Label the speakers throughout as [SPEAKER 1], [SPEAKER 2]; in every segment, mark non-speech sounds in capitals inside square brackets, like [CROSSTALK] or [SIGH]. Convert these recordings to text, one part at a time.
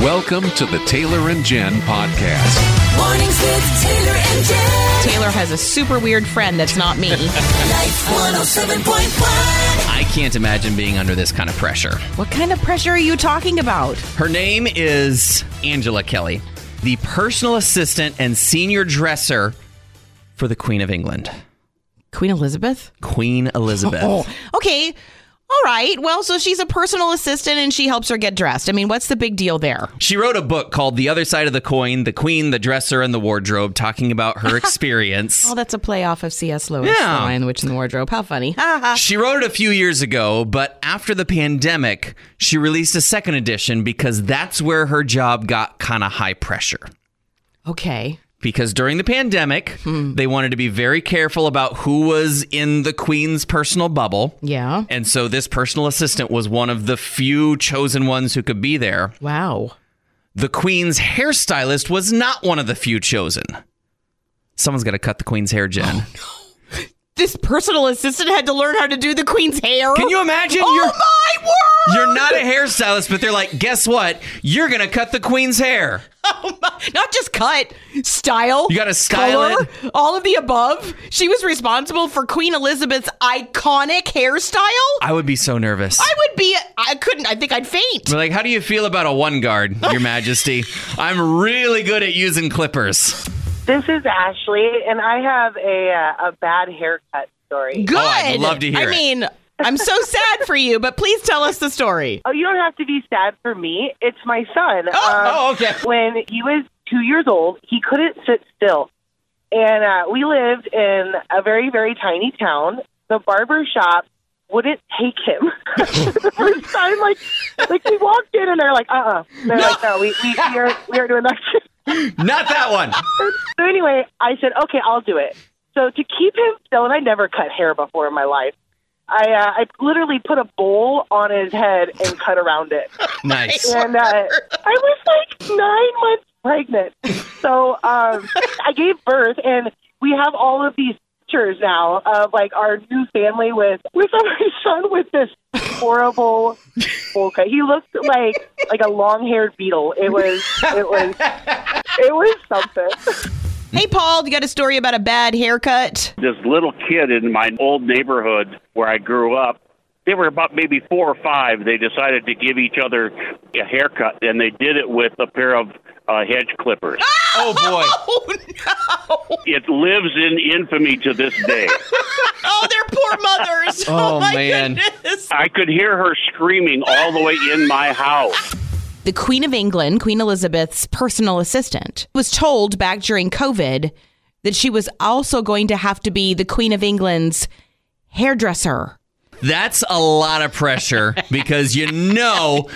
[SPEAKER 1] Welcome to the Taylor and Jen podcast.
[SPEAKER 2] Mornings with Taylor and Jen.
[SPEAKER 3] Taylor has a super weird friend that's not me.
[SPEAKER 2] Life 107.1.
[SPEAKER 4] I can't imagine being under this kind of pressure.
[SPEAKER 3] what kind of pressure are you talking about?
[SPEAKER 4] Her name is Angela Kelly, the personal assistant and senior dresser for the Queen of England,
[SPEAKER 3] Queen Elizabeth?
[SPEAKER 4] Queen Elizabeth.
[SPEAKER 3] Oh. Okay. All right. Well, so she's a personal assistant and she helps her get dressed. I mean, what's the big deal there?
[SPEAKER 4] She wrote a book called The Other Side of the Coin The Queen, the Dresser, and the Wardrobe, talking about her experience.
[SPEAKER 3] Well, that's a playoff of C.S. Lewis,
[SPEAKER 4] Yeah.
[SPEAKER 3] The Lion, Witch, and the Wardrobe. How funny. Ha ha.
[SPEAKER 4] She wrote it a few years ago, but after the pandemic, she released a second edition because that's where her job got kind of high pressure.
[SPEAKER 3] okay.
[SPEAKER 4] because during the pandemic,
[SPEAKER 3] Hmm.
[SPEAKER 4] they wanted to be very careful about who was in the queen's personal bubble.
[SPEAKER 3] Yeah.
[SPEAKER 4] And so this personal assistant was one of the few chosen ones who could be there.
[SPEAKER 3] Wow.
[SPEAKER 4] The queen's hairstylist was not one of the few chosen. Someone's got to cut the queen's hair, Jen.
[SPEAKER 3] [GASPS] This personal assistant had to learn how to do the Queen's hair.
[SPEAKER 4] Can you imagine?
[SPEAKER 3] Oh,
[SPEAKER 4] you're
[SPEAKER 3] my word!
[SPEAKER 4] you're not a hairstylist, but they're like, guess what? You're gonna cut the queen's hair.
[SPEAKER 3] Not just cut, style.
[SPEAKER 4] You gotta style
[SPEAKER 3] color, All of the above. She was responsible for Queen Elizabeth's iconic hairstyle.
[SPEAKER 4] I would be so nervous.
[SPEAKER 3] I would be. I couldn't. I think I'd faint.
[SPEAKER 4] We're like, how do you feel about a one guard,
[SPEAKER 3] [LAUGHS]
[SPEAKER 4] Your Majesty? I'm really good at using clippers.
[SPEAKER 5] This is Ashley, and I have a uh, a bad haircut story.
[SPEAKER 3] Good.
[SPEAKER 4] Oh, I'd love to hear
[SPEAKER 3] I
[SPEAKER 4] it.
[SPEAKER 3] mean, I'm so sad for you, but please tell us the story.
[SPEAKER 5] Oh, you don't have to be sad for me. It's my son.
[SPEAKER 4] [GASPS]
[SPEAKER 3] Uh,
[SPEAKER 5] Um,
[SPEAKER 4] oh, okay.
[SPEAKER 5] When he was two years old, he couldn't sit still, and uh, we lived in a very very tiny town. The barber shop wouldn't take
[SPEAKER 4] [LAUGHS]
[SPEAKER 5] him. [LAUGHS] the first time, like like we walked in, and they're like, "Uh, uh they're like, "No, we we, we are we are doing that."
[SPEAKER 4] Not that one.
[SPEAKER 5] So anyway, I said, okay, I'll do it. So to keep him still, and I never cut hair before in my life, I uh, I literally put a bowl on his head and cut around it.
[SPEAKER 3] [LAUGHS]
[SPEAKER 4] Nice.
[SPEAKER 5] And uh, I was like nine months pregnant. So um, I gave birth, and we have all of these pictures now of like our new family with with [LAUGHS] my son with this horrible bowl cut. He looked like like a long haired beetle. It was it was it was something.
[SPEAKER 3] Hey, Paul, you got a story about a bad haircut?
[SPEAKER 6] this little kid in my old neighborhood where I grew up. They were about maybe four or five. They decided to give each other a haircut, and they did it with a pair of uh, hedge clippers.
[SPEAKER 4] Oh boy.
[SPEAKER 3] Oh no!
[SPEAKER 6] It lives in infamy to this day.
[SPEAKER 3] Oh, they're poor mothers. [LAUGHS]
[SPEAKER 4] Oh,
[SPEAKER 3] my
[SPEAKER 4] man.
[SPEAKER 3] goodness.
[SPEAKER 6] I could hear her screaming all the way in my house.
[SPEAKER 3] the Queen of England, Queen Elizabeth's personal assistant, was told back during COVID that she was also going to have to be the Queen of England's hairdresser.
[SPEAKER 4] That's a lot of pressure because you know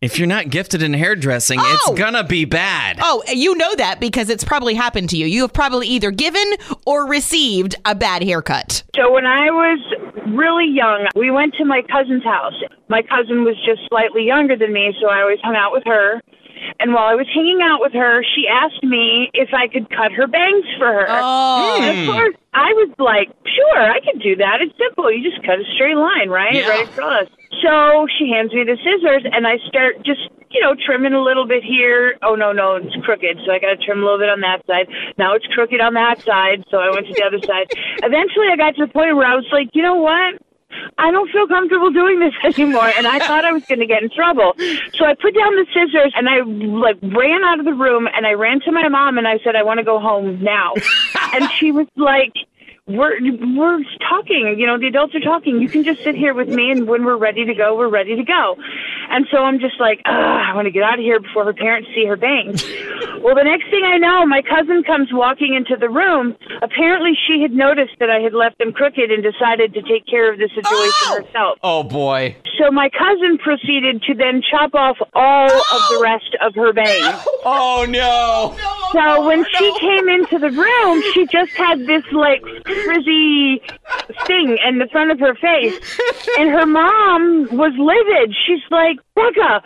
[SPEAKER 4] if you're not gifted in hairdressing,
[SPEAKER 3] Oh.
[SPEAKER 4] it's gonna be bad.
[SPEAKER 3] Oh, you know that because it's probably happened to you. You have probably either given or received a bad haircut.
[SPEAKER 7] So when I was really young, we went to my cousin's house. My cousin was just slightly younger than me, so I always hung out with her. And while I was hanging out with her, she asked me if I could cut her bangs for her.
[SPEAKER 3] Oh.
[SPEAKER 7] And of course, I was like, sure, I could do that. It's simple. You just cut a straight line, right?
[SPEAKER 4] Yeah.
[SPEAKER 7] Right across. So she hands me the scissors, and I start just, you know, trimming a little bit here. Oh, no, no, it's crooked. So I got to trim a little bit on that side. Now it's crooked on that side. So I went to the other side. Eventually, I got to the point where I was like, you know what? I don't feel comfortable doing this [LAUGHS] anymore. And I thought I was going to get in trouble. So I put down the scissors and I like ran out of the room and I ran to my mom and I said, I want to go home now. and she was like, we're we're talking, you know, the adults are talking. You can just sit here with me, and when we're ready to go, we're ready to go. And so I'm just like, Ugh, I want to get out of here before her parents see her bangs. well, the next thing I know, my cousin comes walking into the room. Apparently, she had noticed that I had left them crooked and decided to take care of the situation
[SPEAKER 3] Oh!
[SPEAKER 7] herself.
[SPEAKER 4] Oh boy.
[SPEAKER 7] So my cousin proceeded to then chop off all of the rest of her bangs.
[SPEAKER 4] Oh no.
[SPEAKER 7] So when she came into the room, she just had this like frizzy thing in the front of her face, and her mom was livid. She's like, "Becca,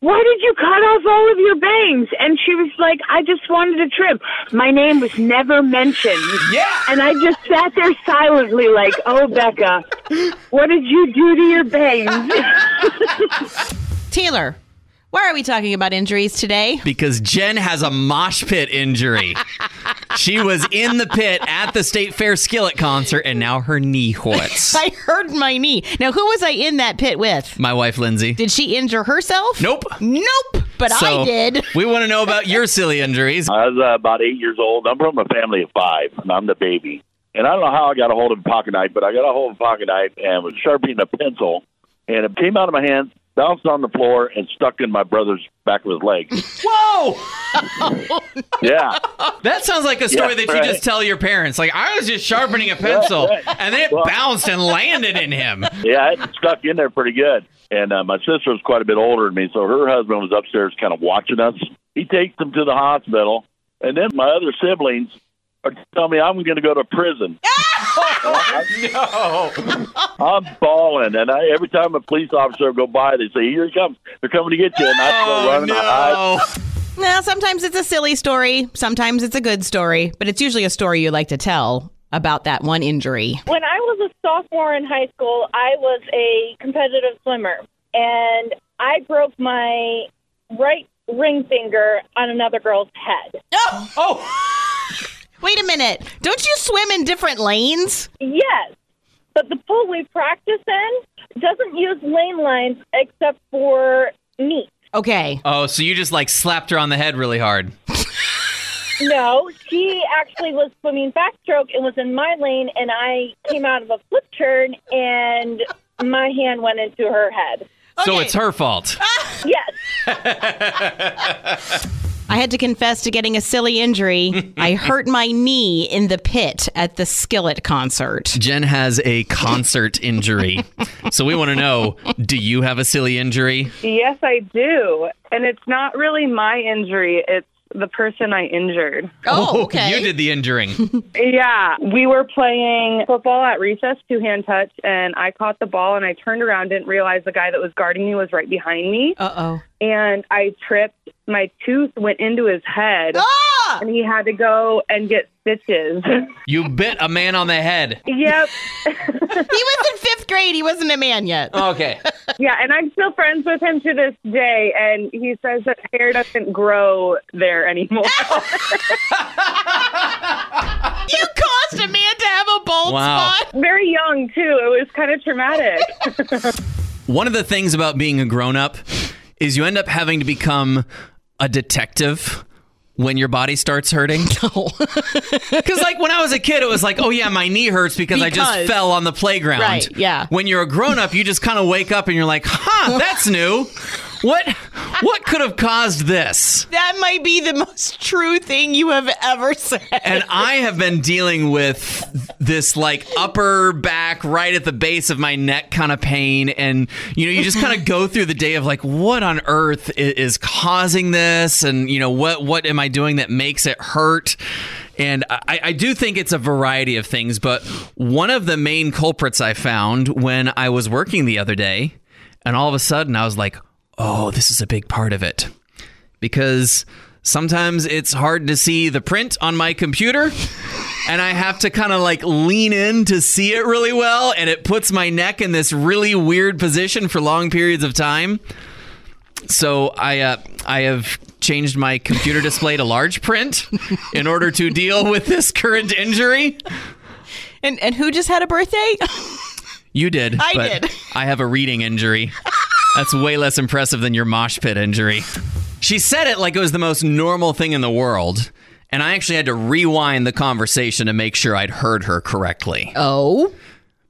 [SPEAKER 7] why did you cut off all of your bangs?" And she was like, "I just wanted to trim. My name was never mentioned."
[SPEAKER 4] Yeah.
[SPEAKER 7] And I just sat there silently, like, "Oh, Becca, what did you do to your bangs?"
[SPEAKER 3] Taylor, Why are we talking about injuries today? [LAUGHS]
[SPEAKER 4] because Jen has a mosh pit injury. she was in the pit at the State Fair Skillet concert, and now her knee hurts.
[SPEAKER 3] I hurt my knee. Now, who was I in that pit with?
[SPEAKER 4] My wife, Lindsay.
[SPEAKER 3] Did she injure herself?
[SPEAKER 4] Nope.
[SPEAKER 3] Nope. But I did.
[SPEAKER 4] we want to know about your silly injuries.
[SPEAKER 8] I was uh, about eight years old. I'm from a family of five, and I'm the baby. And I don't know how I got a hold of a pocket knife, but I got a hold of a pocket knife and was sharpening a pencil, and it came out of my hand, bounced on the floor, and stuck in my brother's back of his leg.
[SPEAKER 4] Whoa!
[SPEAKER 8] yeah,
[SPEAKER 4] That sounds like a story
[SPEAKER 8] Yeah,
[SPEAKER 4] that you
[SPEAKER 8] right.
[SPEAKER 4] just tell your parents. Like, I was just [LAUGHS] sharpening a pencil, and then it bounced and landed in [LAUGHS] him.
[SPEAKER 8] yeah, it stuck in there pretty good. And uh, my sister was quite a bit older than me, so her husband was upstairs, kind of watching us. He takes them to the hospital, and then my other siblings are telling me I'm going to go to prison.
[SPEAKER 4] No.
[SPEAKER 8] I'm balling, and I, every time a police officer would go by, they say, "Here he comes! They're coming to get you!" And I go
[SPEAKER 4] Oh,
[SPEAKER 8] running. I hide.
[SPEAKER 4] no.
[SPEAKER 3] Now, sometimes it's a silly story, sometimes it's a good story, but it's usually a story you like to tell about that one injury.
[SPEAKER 9] When I was a sophomore in high school, I was a competitive swimmer, and I broke my right ring finger on another girl's head.
[SPEAKER 4] Oh,
[SPEAKER 3] Wait a minute. Don't you swim in different lanes?
[SPEAKER 9] Yes, but the pool we practice in doesn't use lane lines except for me.
[SPEAKER 3] Okay.
[SPEAKER 4] oh, so you just like slapped her on the head really hard.
[SPEAKER 9] No, she actually was swimming backstroke and was in my lane, and I came out of a flip turn, and my hand went into her head.
[SPEAKER 4] So
[SPEAKER 3] Okay. Uh,
[SPEAKER 4] it's her fault.
[SPEAKER 9] Yes.
[SPEAKER 3] I had to confess to getting a silly
[SPEAKER 4] [LAUGHS]
[SPEAKER 3] injury. I hurt my knee in the pit at the Skillet concert.
[SPEAKER 4] Jen has a concert injury. So we want to know do you have a silly injury?
[SPEAKER 10] Yes, I do. And it's not really my injury, it's the person I injured.
[SPEAKER 3] Oh, okay.
[SPEAKER 4] You did the injuring.
[SPEAKER 10] Yeah, we were playing football at recess, two hand touch, and I caught the ball and I turned around, didn't realize the guy that was guarding me was right behind me,
[SPEAKER 3] Uh oh.
[SPEAKER 10] and I tripped. My tooth went into his head,
[SPEAKER 3] Ah!
[SPEAKER 10] and he had to go and get stitches.
[SPEAKER 4] You bit a man on the head.
[SPEAKER 10] yep.
[SPEAKER 3] He was in fifth grade. He wasn't a man yet.
[SPEAKER 4] Okay.
[SPEAKER 10] Yeah, and I'm still friends with him to this day, and he says that hair doesn't grow there anymore. [LAUGHS]
[SPEAKER 3] You caused a man to have a bald
[SPEAKER 4] Wow.
[SPEAKER 3] spot.
[SPEAKER 10] Very young, too. It was kind of traumatic.
[SPEAKER 4] One of the things about being a grown up is you end up having to become a detective when your body
[SPEAKER 3] [LAUGHS]
[SPEAKER 4] starts hurting. [LAUGHS] Because, like, when I was a kid, it was like, oh, yeah, my knee hurts because, I
[SPEAKER 3] Because.
[SPEAKER 4] just fell on the playground.
[SPEAKER 3] Right, yeah.
[SPEAKER 4] When you're a grown up, you just kind of wake up and you're like, huh, that's new. What, what could have caused this?
[SPEAKER 3] That might be the most true thing you have ever said.
[SPEAKER 4] And I have been dealing with this like upper back, right at the base of my neck kind of pain. And, you know, you just kind of go through the day of like, what on earth is, is causing this? And, you know, what, what am I doing that makes it hurt? And I, I do think it's a variety of things, but one of the main culprits I found when I was working the other day, and all of a sudden I was like, oh, this is a big part of it because sometimes it's hard to see the print on my computer and I have to kind of like lean in to see it really well and it puts my neck in this really weird position for long periods of time. So I uh, I have changed my computer display to large print in order to deal with this current injury.
[SPEAKER 3] And and who just had a birthday?
[SPEAKER 4] You did.
[SPEAKER 3] I
[SPEAKER 4] but
[SPEAKER 3] did.
[SPEAKER 4] [LAUGHS] I have a reading injury. That's way less impressive than your mosh pit injury. She said it like it was the most normal thing in the world. And I actually had to rewind the conversation to make sure I'd heard her correctly.
[SPEAKER 3] Oh.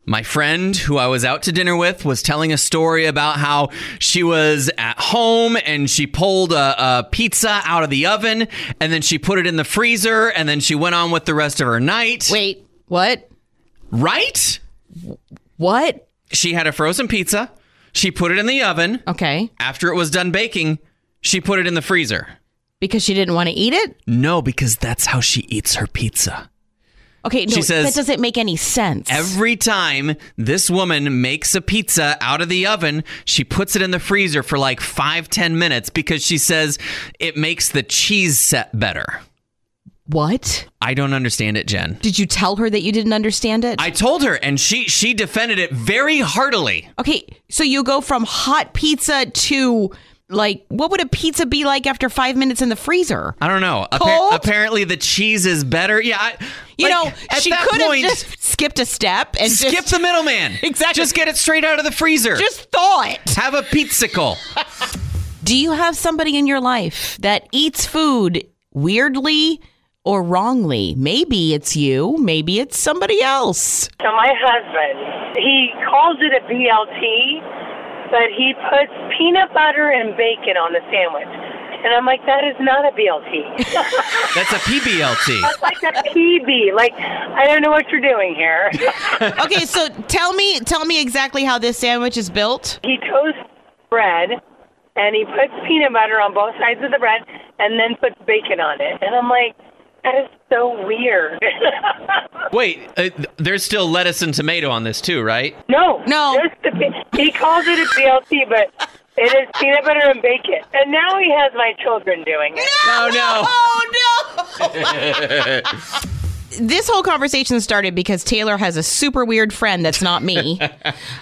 [SPEAKER 4] My friend who I was out to dinner with was telling a story about how she was at home and she pulled a, a pizza out of the oven and then she put it in the freezer and then she went on with the rest of her night.
[SPEAKER 3] Wait. What?
[SPEAKER 4] Right?
[SPEAKER 3] What?
[SPEAKER 4] She had a frozen pizza. She put it in the oven.
[SPEAKER 3] Okay.
[SPEAKER 4] After it was done baking, she put it in the freezer.
[SPEAKER 3] Because she didn't want to eat it?
[SPEAKER 4] No, because that's how she eats her pizza.
[SPEAKER 3] Okay, no,
[SPEAKER 4] She says-
[SPEAKER 3] that doesn't make any sense.
[SPEAKER 4] Every time this woman makes a pizza out of the oven, she puts it in the freezer for like five, ten minutes because she says it makes the cheese set better.
[SPEAKER 3] what?
[SPEAKER 4] I don't understand it, Jen.
[SPEAKER 3] Did you tell her that you didn't understand it?
[SPEAKER 4] I told her, and she she defended it very heartily.
[SPEAKER 3] okay, so you go from hot pizza to Like, what would a pizza be like after five minutes in the freezer?
[SPEAKER 4] I don't know. Appa-
[SPEAKER 3] Cold?
[SPEAKER 4] apparently, the cheese is better. Yeah, I,
[SPEAKER 3] You
[SPEAKER 4] like,
[SPEAKER 3] know,
[SPEAKER 4] at
[SPEAKER 3] she
[SPEAKER 4] that
[SPEAKER 3] could
[SPEAKER 4] point,
[SPEAKER 3] have just skipped a step and
[SPEAKER 4] skip
[SPEAKER 3] just,
[SPEAKER 4] the middleman.
[SPEAKER 3] [LAUGHS] Exactly.
[SPEAKER 4] Just get it straight out of the freezer.
[SPEAKER 3] just thought.
[SPEAKER 4] have a pizzicle.
[SPEAKER 3] Do you have somebody in your life that eats food weirdly or wrongly? Maybe it's you, maybe it's somebody else.
[SPEAKER 11] So my husband, he calls it a BLT, but he puts peanut butter and bacon on the sandwich. And I'm like, that is not a BLT.
[SPEAKER 4] That's a PBLT.
[SPEAKER 11] It's like a [LAUGHS] PB. Like, I don't know what you're doing here. [LAUGHS]
[SPEAKER 3] Okay, so tell me tell me exactly how this sandwich is built.
[SPEAKER 11] he toasts bread and he puts peanut butter on both sides of the bread and then puts bacon on it. And I'm like, that is so weird. [LAUGHS]
[SPEAKER 4] Wait, uh, th- there's still lettuce and tomato on this too, right?
[SPEAKER 11] No.
[SPEAKER 3] No.
[SPEAKER 11] Just the pe- he calls it a BLT, but it is peanut butter and bacon. And now he has my children doing it.
[SPEAKER 4] Oh no.
[SPEAKER 3] Oh no. this whole conversation started because Taylor has a super weird friend that's not me.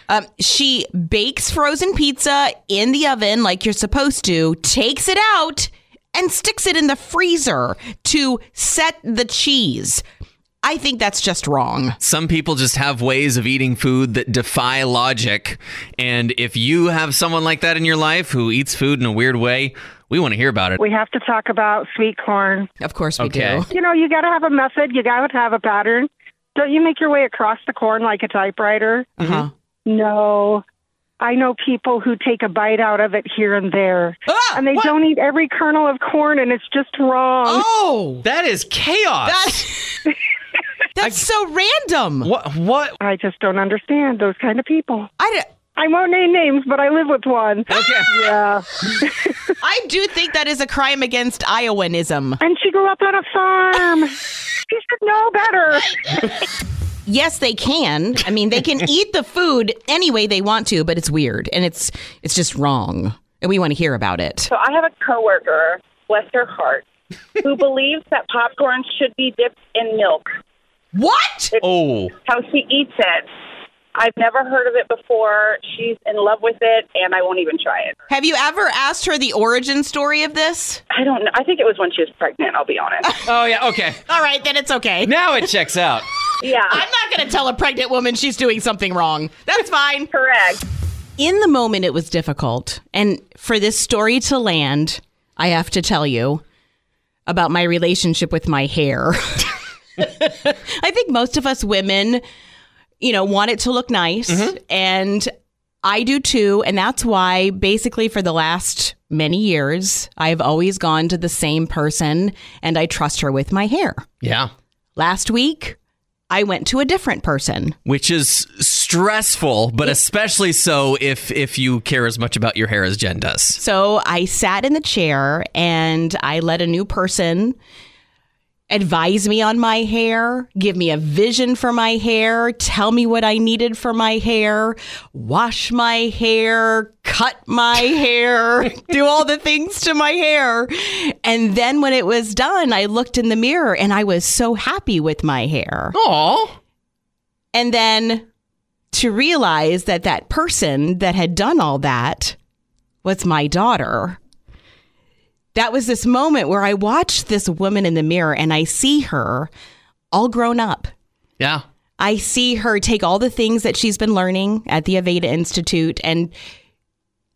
[SPEAKER 3] um, she bakes frozen pizza in the oven like you're supposed to, takes it out, and sticks it in the freezer to set the cheese. I think that's just wrong.
[SPEAKER 4] Some people just have ways of eating food that defy logic. And if you have someone like that in your life who eats food in a weird way, we want to hear about it.
[SPEAKER 12] We have to talk about sweet corn.
[SPEAKER 3] Of course we
[SPEAKER 4] Okay.
[SPEAKER 3] do.
[SPEAKER 12] You know, you got to have a method. You got to have a pattern. Don't you make your way across the corn like a typewriter?
[SPEAKER 3] Uh-huh.
[SPEAKER 12] No. I know people who take a bite out of it here and there,
[SPEAKER 3] Ah,
[SPEAKER 12] and they
[SPEAKER 3] what?
[SPEAKER 12] don't eat every kernel of corn, and it's just wrong.
[SPEAKER 4] [LAUGHS]
[SPEAKER 3] Oh,
[SPEAKER 4] That is chaos.
[SPEAKER 3] that, that's so random.
[SPEAKER 4] what what
[SPEAKER 12] I just don't understand those kind of people.
[SPEAKER 3] I, d-
[SPEAKER 12] I won't name names, but I live with one.
[SPEAKER 4] Okay.
[SPEAKER 12] Yeah.
[SPEAKER 3] I do think that is a crime against Iowanism.
[SPEAKER 12] And she grew up on a farm. she should know better.
[SPEAKER 3] yes they can i mean they can eat the food any way they want to but it's weird and it's it's just wrong and we want to hear about it
[SPEAKER 9] So I have a coworker, bless her heart, who believes that popcorn should be dipped in milk.
[SPEAKER 3] what
[SPEAKER 4] Oh.
[SPEAKER 9] How she eats it. I've never heard of it before. She's in love with it, and I won't even try it.
[SPEAKER 3] have you ever asked her the origin story of this
[SPEAKER 9] I don't know. I think it was when she was pregnant, I'll be honest.
[SPEAKER 4] Oh yeah, okay.
[SPEAKER 3] all right then it's okay
[SPEAKER 4] Now it checks out.
[SPEAKER 9] yeah,
[SPEAKER 3] i'm not going to tell a pregnant woman she's doing something wrong that's fine
[SPEAKER 9] [LAUGHS] correct.
[SPEAKER 3] in the moment it was difficult and for this story to land i have to tell you about my relationship with my hair [LAUGHS] i think most of us women you know want it to look nice and i do too and that's why basically for the last many years i've always gone to the same person and i trust her with my hair
[SPEAKER 4] Yeah.
[SPEAKER 3] last week i went to a different person
[SPEAKER 4] Which is stressful, but especially so if if you care as much about your hair as Jen does.
[SPEAKER 3] So I sat in the chair and I let a new person advise me on my hair, give me a vision for my hair, tell me what I needed for my hair, wash my hair, cut my hair, do all the things to my hair. And then when it was done, I looked in the mirror and I was so happy with my hair.
[SPEAKER 4] Aw.
[SPEAKER 3] And then to realize that that person that had done all that was my daughter. That was this moment where I watched this woman in the mirror and I see her all grown up.
[SPEAKER 4] Yeah.
[SPEAKER 3] I see her take all the things that she's been learning at the Aveda Institute and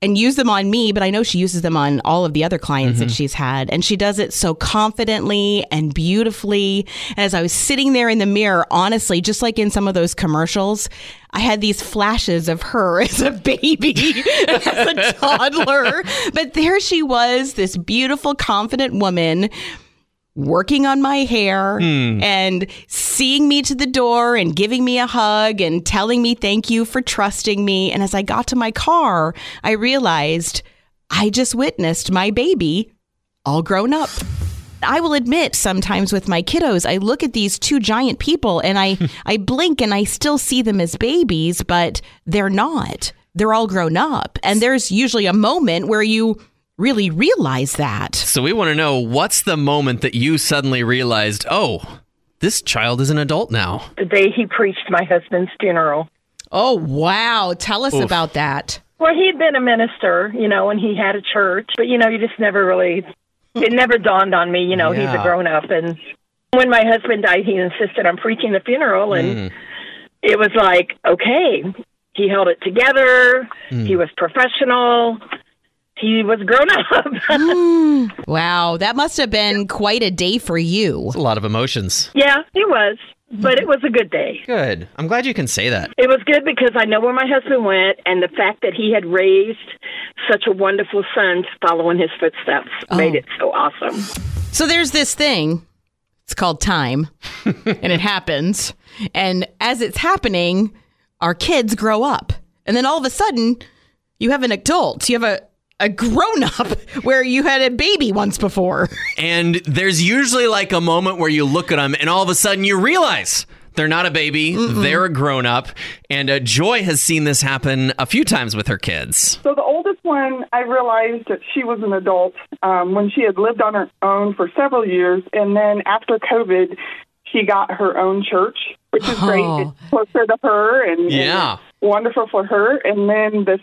[SPEAKER 3] and use them on me, but I know she uses them on all of the other clients that she's had. And she does it so confidently and beautifully. And as I was sitting there in the mirror, honestly, just like in some of those commercials, I had these flashes of her [LAUGHS] as a baby, as a toddler. But there she was, this beautiful, confident woman working on my hair and seeing me to the door and giving me a hug and telling me thank you for trusting me. And as I got to my car, I realized I just witnessed my baby all grown up. I will admit sometimes with my kiddos, I look at these two giant people and I, I blink and I still see them as babies, but they're not. They're all grown up. And there's usually a moment where you really realize that.
[SPEAKER 4] So we want to know what's the moment that you suddenly realized, "Oh, this child is an adult now."
[SPEAKER 11] The day he preached my husband's funeral.
[SPEAKER 3] Oh, wow. Tell us about that.
[SPEAKER 7] Well, he'd been a minister, you know, and he had a church, but you know, you just never really. It never dawned on me, you know, he's
[SPEAKER 13] Yeah.
[SPEAKER 7] a grown up, and when my husband died, he insisted on preaching the funeral, and it was like, okay, he held it together. He was professional. He was grown up. [LAUGHS]
[SPEAKER 3] Wow, that must have been quite a day for you.
[SPEAKER 4] A lot of emotions.
[SPEAKER 7] yeah, he was, but it was a good day.
[SPEAKER 4] Good. I'm glad you can say that.
[SPEAKER 7] It was good because I know where my husband went, and the fact that he had raised such a wonderful son to follow in his footsteps made it so awesome.
[SPEAKER 3] So there's this thing. It's called time, and it happens. And as it's happening, our kids grow up, and then all of a sudden, you have an adult. You have a a grown up [LAUGHS] where you had a baby once before. [LAUGHS]
[SPEAKER 4] And there's usually like a moment where you look at them and all of a sudden you realize they're not a baby, they're a grown up. And uh, Joy has seen this happen a few times with her kids.
[SPEAKER 14] So the oldest one, I realized that she was an adult um, when she had lived on her own for several years, and then after COVID, she got her own church, which is great.
[SPEAKER 15] Oh.
[SPEAKER 14] It's closer to her, and and
[SPEAKER 15] Yeah.
[SPEAKER 14] it's wonderful for her. And then the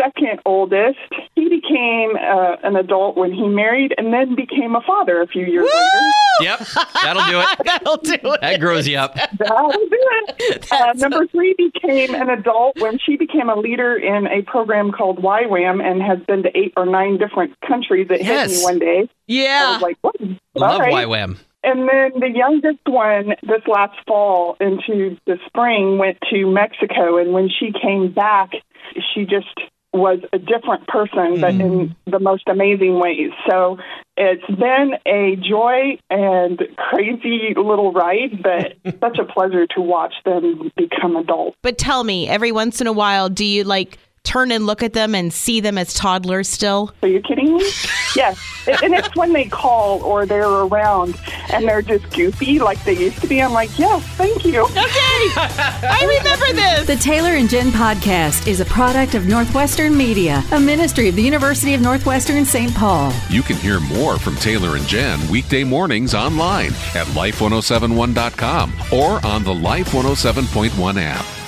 [SPEAKER 14] second oldest, he became uh, an adult when he married, and then became a father a few years later.
[SPEAKER 4] Yep, that'll do it.
[SPEAKER 3] that'll do it.
[SPEAKER 4] That grows you up.
[SPEAKER 14] That'll do
[SPEAKER 4] [LAUGHS]
[SPEAKER 14] it. Uh, number three became an adult when she became a leader in a program called YWAM and has been to eight or nine different countries. It hit
[SPEAKER 4] Yes. Ah.
[SPEAKER 14] me one day.
[SPEAKER 3] Yeah.
[SPEAKER 14] I was Oh, like, what?
[SPEAKER 4] Love
[SPEAKER 14] All right.
[SPEAKER 4] YWAM.
[SPEAKER 14] And then the youngest one this last fall into the spring went to Mexico. And when she came back, she just was a different person, but in the most amazing ways. So it's been a joy and crazy little ride, but such a pleasure to watch them become adults.
[SPEAKER 3] But tell me, every once in a while, do you like turn and look at them and see them as toddlers still?
[SPEAKER 14] Are you kidding me? Yes. and it's when they call or they're around and they're just goofy like they used to be. I'm like, yes, thank you.
[SPEAKER 3] I remember this.
[SPEAKER 16] The Taylor and Jen podcast is a product of Northwestern Media, a ministry of the University of Northwestern St. Paul.
[SPEAKER 1] You can hear more from Taylor and Jen weekday mornings oh online at life1071.com or on the Life 107.1 app.